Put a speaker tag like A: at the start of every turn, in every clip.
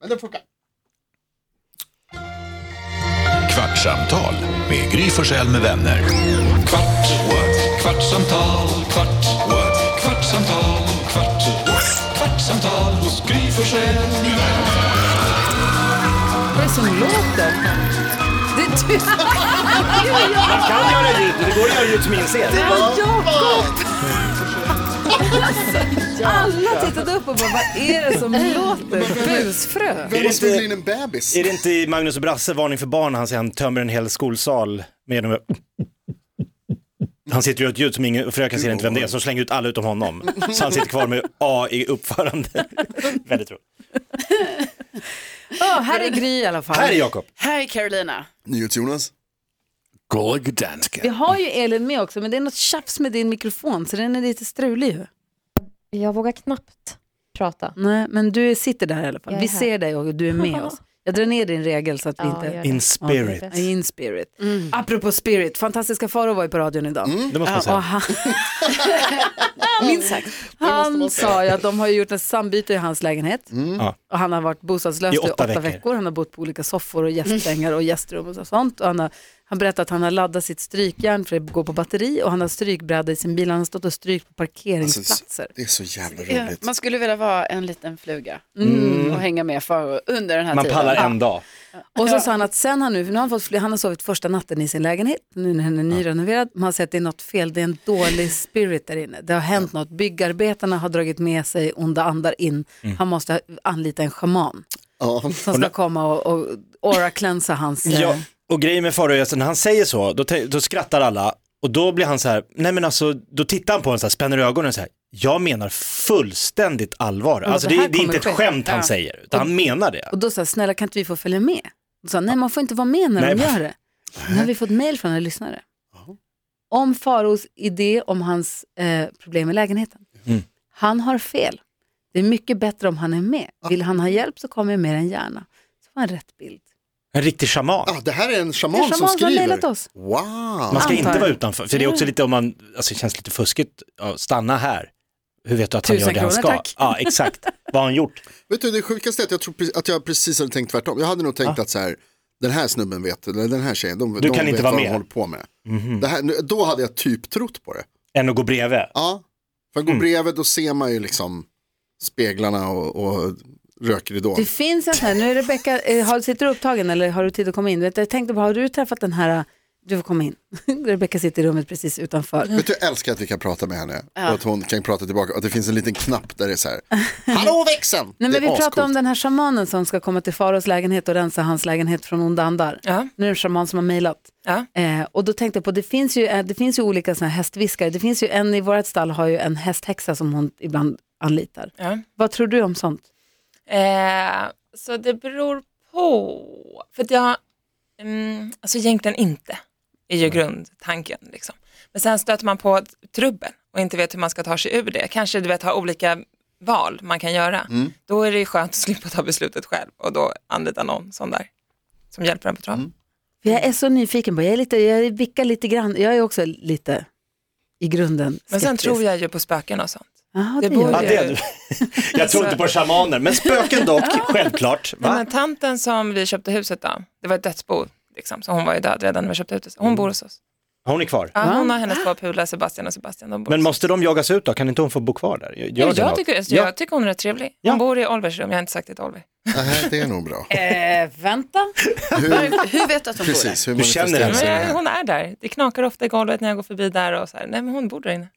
A: Men den funkar.
B: Kvartsamtal med Gry Forssell med vänner. Kvart, what? kvartsamtal, kvart, what? kvartsamtal, kvart, what? kvartsamtal, Gry Forssell med vänner.
C: Vad är det som låter? Det är du. Det var jag.
D: Man kan göra ljud, det går att göra ljud som inser.
C: Det var Jakob. Alla tittade upp och bara, vad är det som låter? Busfrö.
A: Vem har
D: det
A: stulit
D: inte-
A: in en bebis?
D: Är det inte i Magnus och Brasse, Varning för barn, när han, säger han tömmer en hel skolsal med en... Han sitter ju ett ljud som ingen, fröken ser inte vem det är, så slänger ut alla utom honom. Så han sitter kvar med A i uppförande. Väldigt roligt.
C: Ja, här är Gry i alla fall.
D: Här är Jakob.
E: Här är Carolina.
A: NyhetsJonas.
F: Gullig danska.
C: Vi har ju Elin med också, men det är något tjafs med din mikrofon, så den är lite strulig ju.
G: Jag vågar knappt prata.
C: Nej, men du sitter där i alla fall.
G: Jag
C: Vi
G: är här.
C: ser dig och du är med oss. Jag drar ner din regel så att vi
G: Ja,
C: inte...
G: jag-
D: In spirit.
G: det är bäst.
C: Ja, In spirit. Apropå spirit, fantastiska Farao var ju på radion idag.
D: Det måste man
C: Och
D: Mm. säga.
C: han,
E: Minst sagt.
C: han sa ju att de har ju gjort ett sambyte i hans lägenhet.
D: Ja.
C: Och han har varit bostadslös
D: Mm. I
C: i
D: åtta
C: åtta, veckor.
D: veckor.
C: Han har bott på olika soffor och gästsängar och gästrum och så- sånt. Och han, har, han berättade att han har laddat sitt strykjärn för det går på batteri och han har strykbräda i sin bil. Han har stått och strykt på
D: Alltså,
C: parkeringsplatser.
A: Det är så jävla
E: Ja,
A: roligt.
E: man skulle vilja vara en liten fluga och hänga med för under den här
D: Mm. Man
E: tiden.
D: pallar en dag.
C: Och så sa han att sen han nu, för nu har han, fått, fly- han har sovit första natten i sin lägenhet, nu när den är nyrenoverad, man har sett att det är något fel, det är en dålig spirit där inne. Det har hänt något, byggarbetarna har dragit med sig onda andar in, han måste anlita en schaman
A: Ja.
C: som ska komma och, och aura-cleansa hans... eh,
D: Ja, och grejen med Farao är att när han säger så, då, te- då skrattar alla och då blir han så här, nej men alltså, då tittar han på en så här, spänner ögonen och så här, jag menar fullständigt allvar. Alltså
C: det
D: det,
C: här
D: är- det är
C: kommer
D: inte ett
C: ske.
D: skämt han
E: Ja.
D: säger, utan han menar det.
C: Och då sa jag, snälla kan inte vi få följa med? Och sa, nej man får inte vara med när de
D: Nej.
C: gör det. Nu har vi fått mail från en lyssnare. Om Faros idé om hans eh, problem i lägenheten. Han har fel. Det är mycket bättre om han är med. Vill han ha hjälp så kommer jag mer än gärna. Så får han rätt bild.
D: En riktig shaman.
A: Ah, det här är en
C: Det är
A: shaman
C: shaman
A: som
C: som har
A: skriver.
C: mejlat oss.
A: Wow!
D: Man ska
C: Antar
D: inte
C: jag.
D: vara utanför, för det är också lite om man, alltså det känns lite fuskigt, ja, stanna här. Hur vet du att han
C: Tusen
D: gör det han
C: kronor,
D: ska?
C: tack.
D: Ja, exakt. Vad har han gjort?
A: Vet du, det sjukaste är att jag, tror, pre- att jag precis hade tänkt tvärtom. Jag hade nog tänkt att så här, den här snubben vet, eller den här tjejen, de,
D: Du
A: de
D: kan
A: vet
D: inte vara
A: vad de
D: med.
A: håller på med. Mhm. Det här, nu- då hade jag typ trott på det.
D: Än att gå bredvid.
A: Ja, för går bredvid då ser man ju liksom speglarna och, och rökridån.
C: Det finns en sån här, nu är Rebecka, eh, har, sitter du upptagen eller har du tid att komma in? Vet du, Jag tänkte bara, har du träffat den här, eh, du får komma in. Rebecka sitter i rummet precis utanför.
A: Vet du, jag älskar att vi kan prata med henne och att hon kan prata tillbaka och att det finns en liten knapp där det är så här, hallå växeln!
C: Nej, men
A: det
C: vi
A: är
C: pratade
A: ascoolt.
C: om den här shamanen som ska komma till Faros lägenhet och rensa hans lägenhet från onda andar.
E: Ja.
C: Nu är det en shaman som har mejlat.
E: Ja.
C: Eh, och då tänkte jag på, det finns ju, eh, det finns ju olika såna här hästviskare. Det finns ju en i vårt stall har ju en hästhäxa som hon ibland anlitar.
H: Ja.
C: Vad tror du om sånt?
H: Eh, så det beror på. För att jag, mm, alltså egentligen inte, är ju grundtanken. Liksom. Men sen stöter man på trubbel och inte vet hur man ska ta sig ur det. Kanske du vet, ha olika val man kan göra. Då är det ju skönt att slippa ta beslutet själv och då anlita någon sån där som hjälper en på traven.
C: För jag är så nyfiken på, jag, är lite, jag vickar lite grann, jag är också lite i grunden skeptisk.
H: Men sen tror jag ju på spöken och sånt.
C: Jaha, det
H: det
C: gör
H: borde-
D: Ja,
C: jag.
D: det är du. Jag tror inte på shamaner, men spöken dock, självklart.
H: Nej,
D: Va?
H: men tanten som vi köpte huset av, det var ett dödsbo, liksom, så hon var ju död redan när vi köpte huset. Hon bor hos oss.
D: Hon är kvar.
H: Ja, hon har hennes två pular, Sebastian och Sebastian. De bor
D: Men
H: hos oss.
D: måste de jagas ut då? Kan inte hon få bo kvar där? Gör det
H: jag,
D: något?
H: tycker, alltså,
D: Ja.
H: jag tycker hon är rätt trevlig.
D: Ja.
H: Hon bor i Olvers rum, jag har inte sagt det till Olver.
A: Nej, det är nog bra.
C: Eh, vänta.
A: Hur,
E: Hur vet du att de bor där?
A: precis, hur
D: Du känner
A: manifesterar
D: henne.
A: sig det
H: Men
A: här?
H: jag, hon är där. Det knakar ofta i golvet när jag går förbi där och så här. Nej men hon bor där inne.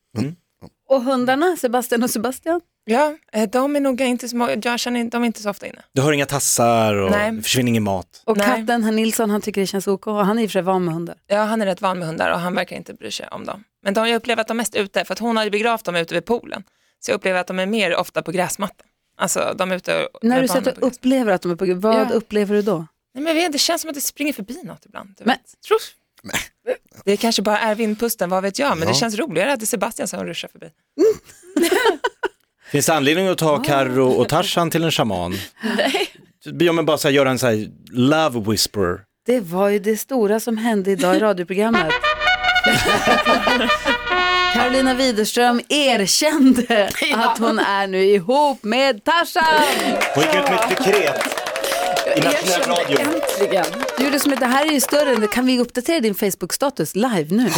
C: Och hundarna, Sebastian och Sebastian?
H: Ja, eh, de är nog inte så många, jag känner inte- de är inte så ofta inne.
D: Du hör inga tassar och
H: Nej.
D: det försvinner ingen mat.
C: Och
H: Nej.
C: katten, herr Nilsson, han tycker det känns ok. Han är i och för sig van med hundar.
H: Ja, han är rätt van med hundar och han verkar inte bry sig om dem. Men de, jag upplever att de mest är ute, för att hon har ju begravt dem ute vid poolen. Så jag upplever att de är mer ofta på gräsmattan. Alltså de är ute och...
C: När du
H: med
C: sätter
H: barnen på
C: och upplever att de är på vad
H: Ja.
C: upplever du då?
H: Nej, men jag vet, det känns som att det springer förbi något ibland. Du
C: Men-
H: vet. Tror. Det kanske bara är vindpusten, vad vet jag, men
A: Ja.
H: det känns roligare att det är Sebastian som ruschar förbi.
D: Finns det anledning att ta Karro och Tarzan till en shaman? Nej. Om man bara så här, gör en så här love whisperer.
C: Det var ju det stora som hände idag i radioprogrammet. Carolina Widerström erkände att hon är nu ihop med Tarzan.
D: Hon gick ut med ett dekret. Internationell radio.
E: Äntligen.
C: Julius, men det här är ju större än det. Kan vi uppdatera din Facebook-status live nu?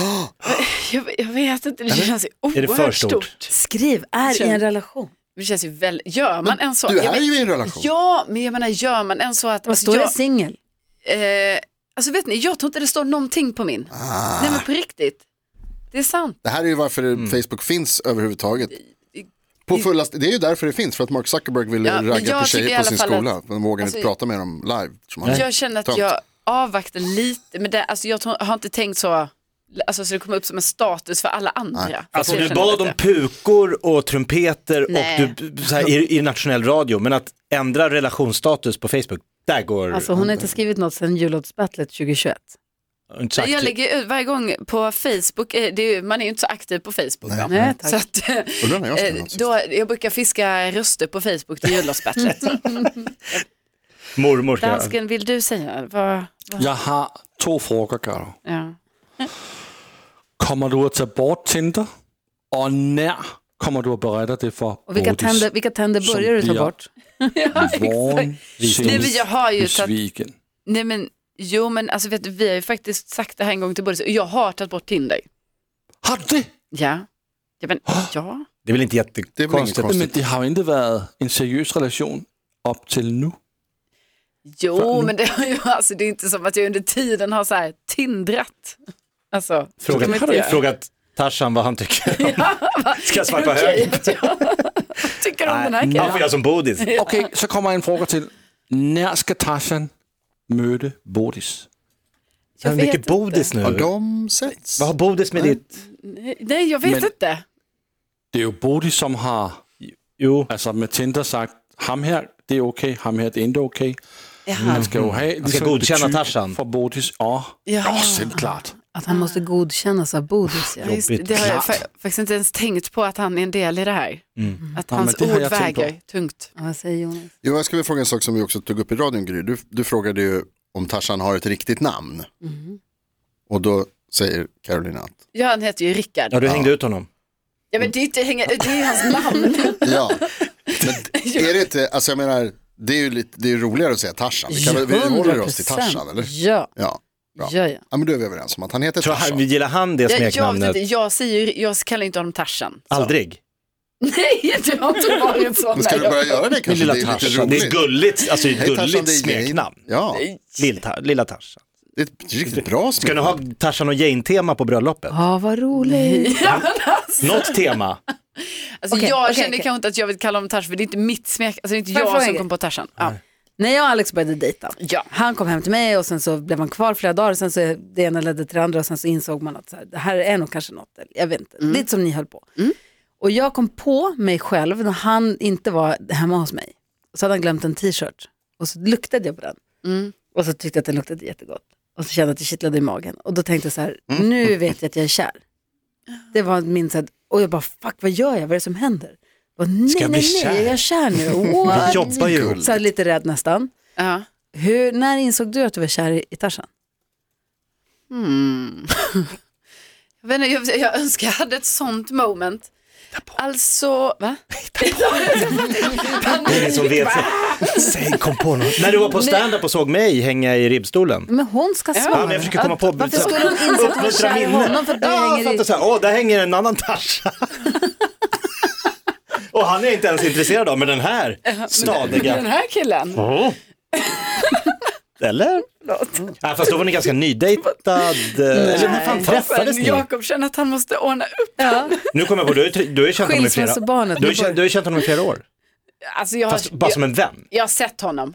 E: Jag, jag vet inte, det känns ju
D: Är det för
E: oerhört
D: stort?
E: stort.
C: Skriv, är i en relation.
E: Det känns ju väl, gör man en så?
A: Du
E: jag
A: är
E: vet-
A: ju i en relation.
E: Ja, men jag menar gör man en så att...
C: Vad står
E: jag,
C: det? Singel?
E: Eh, alltså vet ni, jag tror inte det står någonting på min. Nej men på riktigt. Det är sant.
A: Det här är ju varför
E: Mm.
A: Facebook finns överhuvudtaget. På fullast, det är ju därför det finns, för att Mark Zuckerberg ville
E: Ja, men
A: ragga
E: jag
A: på
E: tycker i
A: tjejer på
E: alla
A: sin
E: fall
A: skola.
E: att-
A: men vågar
E: alltså-
A: inte prata med dem live. Som han-
E: Jag känner att
A: Tömt.
E: jag avvaktar lite, men det, alltså, jag tror, har inte tänkt så, alltså, så det kommer upp som en status för alla andra.
D: Alltså
E: Jag
D: du
E: känner
D: bad om
E: lite.
D: pukor och trumpeter
E: Nej.
D: och du, så här, i, i nationell radio, men att ändra relationsstatus på Facebook, där går
C: Alltså hon har inte skrivit något sedan jullåtsbattlet 2021.
D: inte sagt.
E: Jag lägger ut varje gång på Facebook, eh, det är, ju- man är ju inte så aktiv på Facebook. va?
C: Nej, tack.
E: Så att, eh,
A: Undrar när jag skrev
E: eh,
A: något sist.
E: då, jag brukar fiska röster på Facebook till jullovsbattlet.
D: Mormor ska jag.
E: Dansken, vill du säga? Vad, vad,
F: Jeg har to frågor, Garo.
E: ja.
F: Kommer du at tage bort Tinder? Og nær kommer du at berette det for
C: Och vilka
F: Bodis?
C: tänder, vilka tänder
F: Som
C: börjar du ta
F: blir-
C: bort?
F: Morgen
E: Nej, men jag har ju
F: ses
E: tagit,
F: vi igen.
E: nej men, jo men alltså vet du, vi har ju faktiskt sagt det här en gång till Boris, jag har tagit bort Tinder.
F: Har du det?
E: Ja, ja men ja.
D: Det är väl inte
A: Det är väl inget
D: jättekonstigt.
A: konstigt.
F: Men det har jo ikke været en seriøs relation op til nu.
E: Jo, men det, har ju- alltså, det är inte som att jag under tiden har så här tindrat. Alltså, så kan man inte
D: Frågat,
E: göra.
D: frågat Tarzan vad han tycker. om- Ska jag svajpa
E: Okej,
D: höger?
E: att jag tycker om den här
D: Han får
E: killen.
D: göra som Bodis.
F: Okay, så kommer en fråga til. Når skal Tarzan møde Bodis?
E: Jag
D: Men mycket
E: vet
D: Bodis nu.
A: Har de setts?
D: Vad har Bodis med ditt?
E: Nej, jag vet
F: Men-
E: inte.
F: Det er jo Bodis, som har
D: Jo,
F: altså med Tinder sagt, ham her, det er okay, ham her, det er ikke okay. Han skal jo have ligesom et
D: godkende
F: betyg
D: Tarzan.
F: fra Bodis. Åh,
E: Ja.
F: åh, selvklart.
C: Att han måste godkännas av Bodis. Ja.
E: Just, det, det har jag fa- faktiskt inte ens tänkt på att han är en del i det här. Att
F: Ja,
E: hans
F: men det har
E: ord
F: jag tänkt på.
E: väger tungt.
C: Ja, Vad säger Jonas?
A: Jo, jag skulle vilja fråga en sak som vi också tog upp i radion, Gry. Du, du frågade ju om Tarzan har ett riktigt namn.
E: Mm.
A: Och då säger Carolina att
E: Ja, han heter ju Rickard.
D: ja, du hängde ut honom.
E: Ja, men det är, inte hänga, det är ju hans namn.
A: Ja, men är det inte, alltså jag menar, det är ju lite, det är ju roligare att säga Tarzan. Vi, kan, väl- vi håller oss till Tarzan, eller?
C: Ja,
A: Ja, bra.
C: ja, ja.
A: ja, men då är vi överens om att han heter
D: Tror han,
A: Tarzan.
D: gillar han det
E: Jag, jag, vet
D: smeknamnet?
E: inte, jag, säger, ju- jag kallar inte honom Tarzan.
D: Aldrig.
E: Nej, det har inte varit så.
A: Men ska du
E: Nej,
A: börja göra det
D: Min
A: kanske?
D: lilla
A: det är lite
D: Tarzan. Det är
A: roligt.
D: ett gulligt, alltså ett
A: Hej, Tarzan,
D: gulligt
A: det är Jane.
D: smeknamn.
A: Ja,
D: Lill Tar- Lilla Tarzan.
A: det är ett riktigt bra
D: Ska ni
A: smeknamn.
D: ha Tarzan och Jane-tema på bröllopet?
C: Ja, vad roligt.
D: Något tema.
E: Alltså,
C: Okej,
E: jag
C: okej,
E: känner
C: okej.
E: kanske inte att jag vill kalla honom Tarzan för det är inte mitt smek, alltså det är inte
C: Får jag
E: jag,
C: fråga en
E: som
C: grej?
E: kom på Tarzan. Ja.
C: När jag och Alex började dejta,
E: Ja.
C: han kom hem till mig och sen så blev man kvar flera dagar och sen så det ena ledde till det andra och sen så insåg man att så här, det här är nog kanske något, eller jag vet inte,
D: Mm.
C: lite som ni höll på. Och jag kom på mig själv när han inte var hemma hos mig, så hade han glömt en t-shirt och så luktade jag på den
D: Mm.
C: och så tyckte jag att den luktade jättegott och så kände jag att det kittlade i magen och då tänkte jag så här,
D: Mm.
C: nu vet jag att jag är kär. Det var min så här, och jag bara fuck vad gör jag, vad är det som händer? Jag Bara, nej,
D: Ska jag
C: nej,
D: bli
C: nej,
D: kär?
C: jag är kär nu. What?
D: Vi jobbar ju ihop.
C: Så här, lite rädd nästan.
E: Ja.
C: Hur, när insåg du att du var kär i, i Tarzan?
E: Hmm. Jag, vet inte, jag, jag önskar jag hade ett sånt moment. Alltså, va?
D: Det är ingen som vet. Säg, kom på något. När du var på stand-up och såg mig hänga i ribbstolen.
C: Men hon ska svara.
D: Ja, men jag försöker komma på...
C: Varför skulle hon inse att hon var
D: Uppmuntra
C: kär i
D: minne.
C: honom för att du
D: Ja,
C: hänger
D: fattar
C: i...
D: så här, åh, där hänger en annan Tarzan. Och han är inte ens intresserad av, men den här
E: Den
D: stadiga.
E: här killen.
D: Eller? Ja, fast då var ni ganska nydejtad. Eller när fan träffades ni?
E: Jakob känner att han måste ordna upp.
D: Nu kommer jag på, du har ju tr- du har ju känt honom i flera år.
C: Skilsmässobarnet.
D: Du har ju känt- du har ju känt honom i flera år.
E: Alltså, jag, har,
D: Fast bara
E: jag,
D: som en vän.
E: jag har sett honom.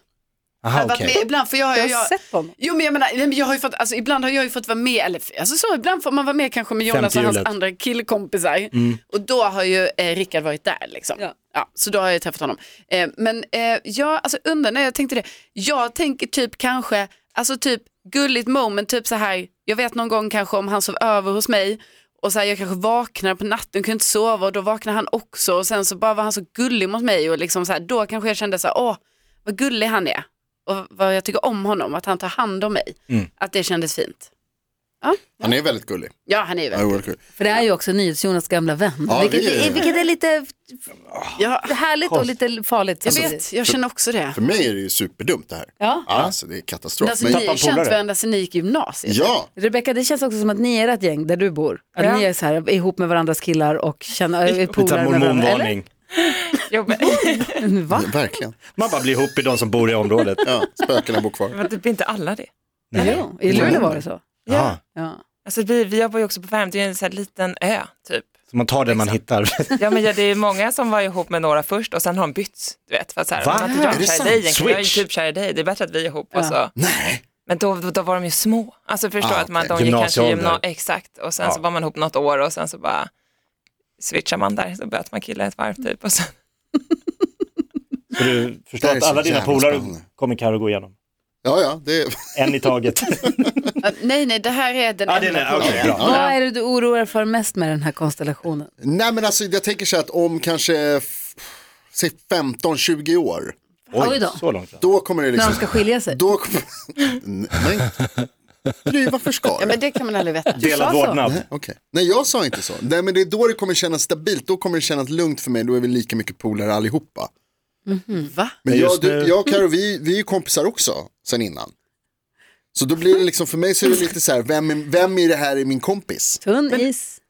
E: Jag
D: Aha,
E: har varit
D: okej.
E: med ibland, för jag, har-
C: Jag har
E: jag,
C: sett honom.
E: Jo men jag menar, nej, men jag har ju fått, alltså, ibland har jag ju fått vara med, eller alltså, så, ibland får man vara med kanske med Jonas och hans
D: Femtehjulet.
E: andra killkompisar. Och då har ju eh, Rickard varit där liksom. Ja.
C: Ja.
E: så då har jag träffat honom. Eh, men eh, jag, alltså undrar när jag tänkte det, jag tänker typ kanske, alltså typ gulligt moment, typ så här, jag vet någon gång kanske om han sov över hos mig och så här, jag kanske vaknar på natten, kunde inte sova och då vaknar han också och sen så bara var han så gullig mot mig och liksom så här, då kanske jag kände så här, åh vad gullig
A: Mm.
E: han är och vad jag tycker om honom, att han tar hand om mig. Att det kändes fint.
A: Han är väldigt gullig.
E: Ja, han är
A: Han är
E: väl.
A: oerhört gullig.
C: För det är ju också NyhetsJonas gamla vän.
A: Ja,
C: vilket,
A: det är-
C: är, vilket är lite
E: Ja,
C: härligt och lite farligt.
E: jag vet, jag känner också det.
A: För mig är det ju superdumt det här.
C: Ja.
A: Alltså det är katastrof.
E: Alltså,
A: Men,
E: ni har ju känt
D: polare.
E: varandra sedan ni gick i gymnasiet.
A: ja,
C: Rebecka, det känns också som att ni är ett gäng där du bor. Att
H: Ja.
C: ni är så här, ihop med varandras killar och känner, är
D: Lite
C: polare med varandra. Eller?
D: mormonvarning.
H: Jobbigt.
C: Va?
A: verkligen.
D: Man bara blir ihop i de som bor i området.
A: Ja, spökena bor kvar.
H: Men typ inte alla det.
C: Jo, I Luleå var det så.
D: Jaha.
C: Ja.
H: Alltså vi, vi jobbar ju också på Värmdö, det är en sån här liten ö typ.
D: Så man tar det man hittar.
H: Ja men ja, det är många som var ihop med några först och sen har de bytt, du vet. För att så här,
D: Va?
H: Men inte jag
A: Är det
H: är kär i
A: sant?
H: dig egentligen, jag är ju
D: Switch.
H: typ kär i dig, det är bättre att vi är ihop och
C: Ja.
H: så.
A: Nej,
H: Men då, då, då var de ju små, alltså förstå
A: Ah,
H: att man,
A: okej.
H: de gick kanske i
D: Gymnasieålder.
H: gymna- exakt och sen
D: Ja.
H: så var man ihop något år och sen så bara switchar man där, så böt man kille ett varv typ och så.
D: Så du
A: Det
D: förstår
A: här är
D: att
A: så
D: alla dina
A: jävla
D: polare
A: spännande.
D: kommer Carro gå igenom.
A: ja ja, det
D: En i taget.
E: Ja, nej, nej, det här är den
D: Ja, det är
E: enda
D: den- okej,
E: polaren.
D: bra.
C: Vad är det du oroar dig för mest med den här konstellationen?
A: Nej men alltså jag tänker så här att om kanske f- säg 15-20 år,
C: Oj då.
D: så långt.
A: då kommer det
C: När
A: liksom...
C: de ska skilja sig?
A: Då kommer... Nej, Gry, varför ska
E: Ja,
A: du?
E: men det kan man aldrig veta.
D: Delad
C: sa så.
D: vårdnad.
A: Okej. Nej, jag sa inte så. Nej, men det är då det kommer kännas stabilt. Då kommer det kännas lugnt för mig. Då är vi lika mycket polare allihopa.
E: Mhm, Va?
A: Men
D: Men
A: jag,
D: just
A: du,
D: nu-
A: jag och Karo, vi, vi är ju kompisar också sen innan. Så då blir det liksom, för mig så är det lite så här, vem, är- vem i det här är min kompis?
C: Tunn is,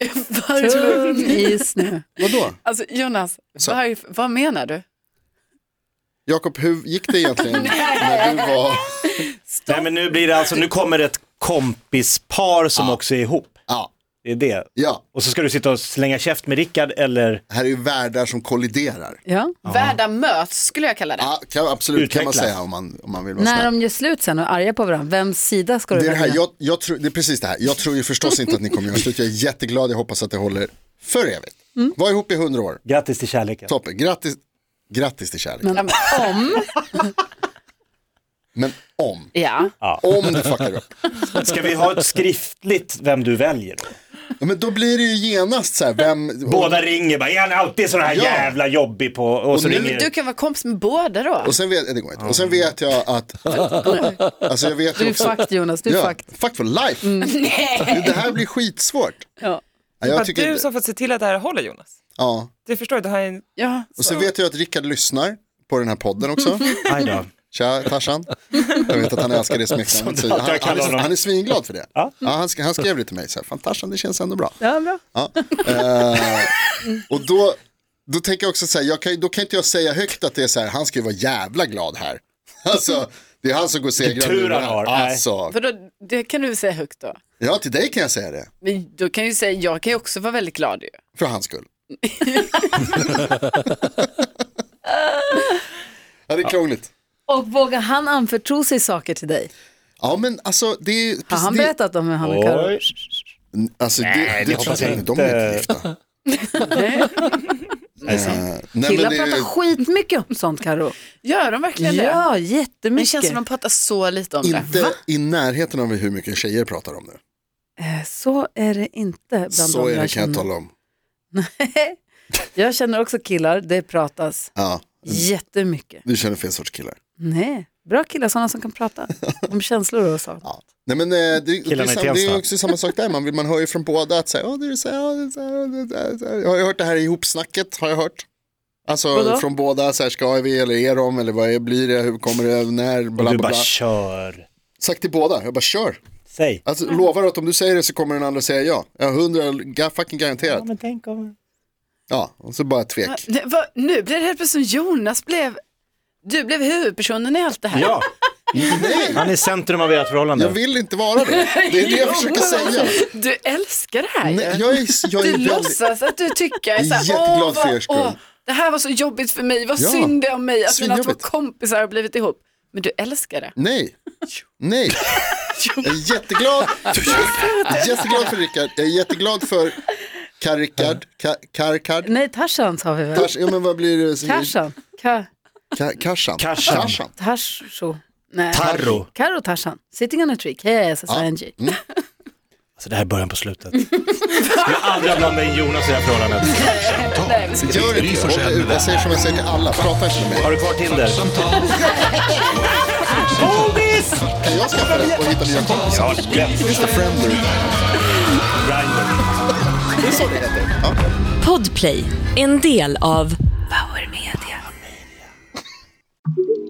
E: Varför?
C: tunn is nu.
A: Vadå?
E: Alltså Jonas, varför, vad menar du?
A: Jakob, hur gick det egentligen när du var...
D: Nej men nu blir det alltså, nu kommer ett kompispar som också är ihop.
A: Ja,
D: Det är det.
A: ja.
D: Och så ska du sitta och slänga käft med Rickard eller
A: Här är ju världar som kolliderar.
C: Ja.
E: Världar möts skulle jag kalla det.
A: Ja, kan, absolut kan man
D: Utvecklas.
A: säga om man, om man vill vara
C: När
A: snäll.
C: de gör slut sen och är arga på varandra, vems sida ska du
A: Det är, det, här,
C: välja?
A: jag, jag tror, det är precis det här. Jag tror ju förstås inte att ni kommer göra slut. Jag är jätteglad, jag hoppas att det håller för evigt.
C: Mm.
A: Var ihop i hundra år.
D: grattis till kärleken.
A: Toppen, grattis, grattis till kärlek.
C: Men om,
A: Men om,
E: Ja.
A: om du fuckar upp.
D: Ska vi ha ett skriftligt vem du väljer?
A: Ja, men då blir det ju genast så här, vem...
D: Båda ringer bara, är han alltid sån här
A: Ja.
D: jävla jobbig på... Och så
A: nu-
D: ringer...
E: Du kan vara kompis med båda då.
A: Och sen vet, det går inte. Och sen vet jag att, alltså jag vet
C: du
A: ju
C: är
A: också.
C: fucked Jonas, du är
A: ja,
C: fucked. Mm.
A: fuck for life. Det här blir skitsvårt.
C: Ja.
A: Ja,
H: Bara
A: jag
H: du
A: tycker,
H: som fått se till att det här håller Jonas.
A: ja.
H: Du förstår, du har ju en...
E: Ja,
A: Och så vet jag att Rickard lyssnar på den här podden också.
D: Aj då.
A: Tja Tarzan. Jag vet att han älskar det
D: Som
A: smeknamnet.
D: du
A: så Han,
D: alltid
A: han,
D: har kallat
A: är,
D: honom.
A: han är svinglad för det. Ja.
D: Ja.
A: han, sk- han skrev det till mig, så här, fan Tarzan det känns ändå bra.
C: Ja, bra.
A: Ja. Eh, och då, då tänker jag också så här, jag kan, ju- då kan inte jag säga högt att det är så här, han ska ju vara jävla glad här. Alltså, det är han som går segrande
D: Tur
A: ur det
D: han
A: här.
D: har, nej.
A: Alltså,
E: för då, det kan du säga högt då.
A: ja till dig kan jag säga det,
E: Men då kan jag ju säga, jag kan ju också vara väldigt glad ju.
A: för hans skull. ja, det är krångligt.
C: Och vågar han anförtro sig saker till dig?
A: Ja men alltså det är precis
C: Har han
A: det-
C: berättat om hur han och Carro?
D: Oj.
A: Alltså, det,
D: Nej,
A: det,
D: det hoppas
A: tror
D: jag
A: De är inte
D: inte.
A: gifta.
D: Är det sant?
A: Eh, nej, men
C: Killar
A: det,
C: pratar skitmycket om sånt Carro.
E: Gör de verkligen det?
C: Ja,
E: Det
C: jättemycket.
E: känns som de pratar så lite om det.
A: inte i närheten av hur mycket tjejer pratar om det.
C: Eh, Så är det inte bland
A: Så
C: de
A: är det
C: jag
A: kan jag
C: känner.
A: tala om.
C: Jag känner också killar, det pratas
A: Ja,
C: jättemycket.
A: du känner fel sorts killar.
C: Nej, bra killar, sådana som kan prata om känslor och sånt.
A: Ja. Nej men eh, det, det, är
D: Killarna i
A: sam, det är
D: Tensta.
A: också samma sak där, man, vill, man hör ju från båda att säga, ja det är så här, ja, det är så här, ja, det är så här, så här. Jag har ju hört det här ihopsnacket, har jag hört. Alltså
C: Vadå?
A: från båda, så här, ska vi eller är de eller vad är, blir det, hur kommer det, när, bla
D: Du
A: bla
D: bara
A: bla.
D: kör.
A: Sagt till båda, jag bara kör.
D: Säg.
A: Alltså lovar att om du säger det så kommer den andra säga ja. Jag är hundra, ga- fucking garanterat.
D: men tänk om...
A: Ja, och så bara tvek.
E: Nej, vad- nu blir det helt plötsligt som Jonas blev, du blev huvudpersonen i allt det här.
D: Ja,
A: Nej,
D: han är centrum av ert
A: jag
D: förhållande.
A: vill inte vara det. Det är det jag försöker säga.
E: Du älskar det här ju.
A: Nej, jag är, jag är
E: Du
A: väldigt...
E: låtsas att du tycker så
A: Jag är
E: här,
A: jätteglad
E: åh, vad-
A: för er skull."
E: åh, det här var så jobbigt för mig, vad
A: Ja.
E: synd det är om mig att mina två
A: Svinjobbigt.
E: kompisar har blivit ihop. Men du älskar det.
A: Nej, nej. Jag är jätteglad, jätteglad för Rickard. Jag är jätteglad för Karikard. Karikard.
C: Nej, Tarzan sa vi väl?
A: Kars, ja men vad blir det?
C: Tarzan? Ka-
A: Ka- Karsan.
D: Karsan.
C: Tarso? Nej.
D: Tarro.
C: Carro Tarzan, sitting on a tree, K-S-S-I-N-G.
D: Alltså det här är början på slutet. Jag skulle aldrig blanda in Jonas i det här förhållandet.
A: Gör
B: Gry
A: inte
B: Forssell med
A: det. eh, Jag säger
B: vänner.
A: som jag säger till alla, prata inte med mig.
D: Har du kvar Tinder?
B: Kvartsamtal, kvartsamtal,
A: Kan jag skaffa det och hitta nya kompisar.
D: Ja, lätt.
A: Just a friend group.
D: Grindr.
A: Det är så det heter. Ja.
E: Podplay, en del av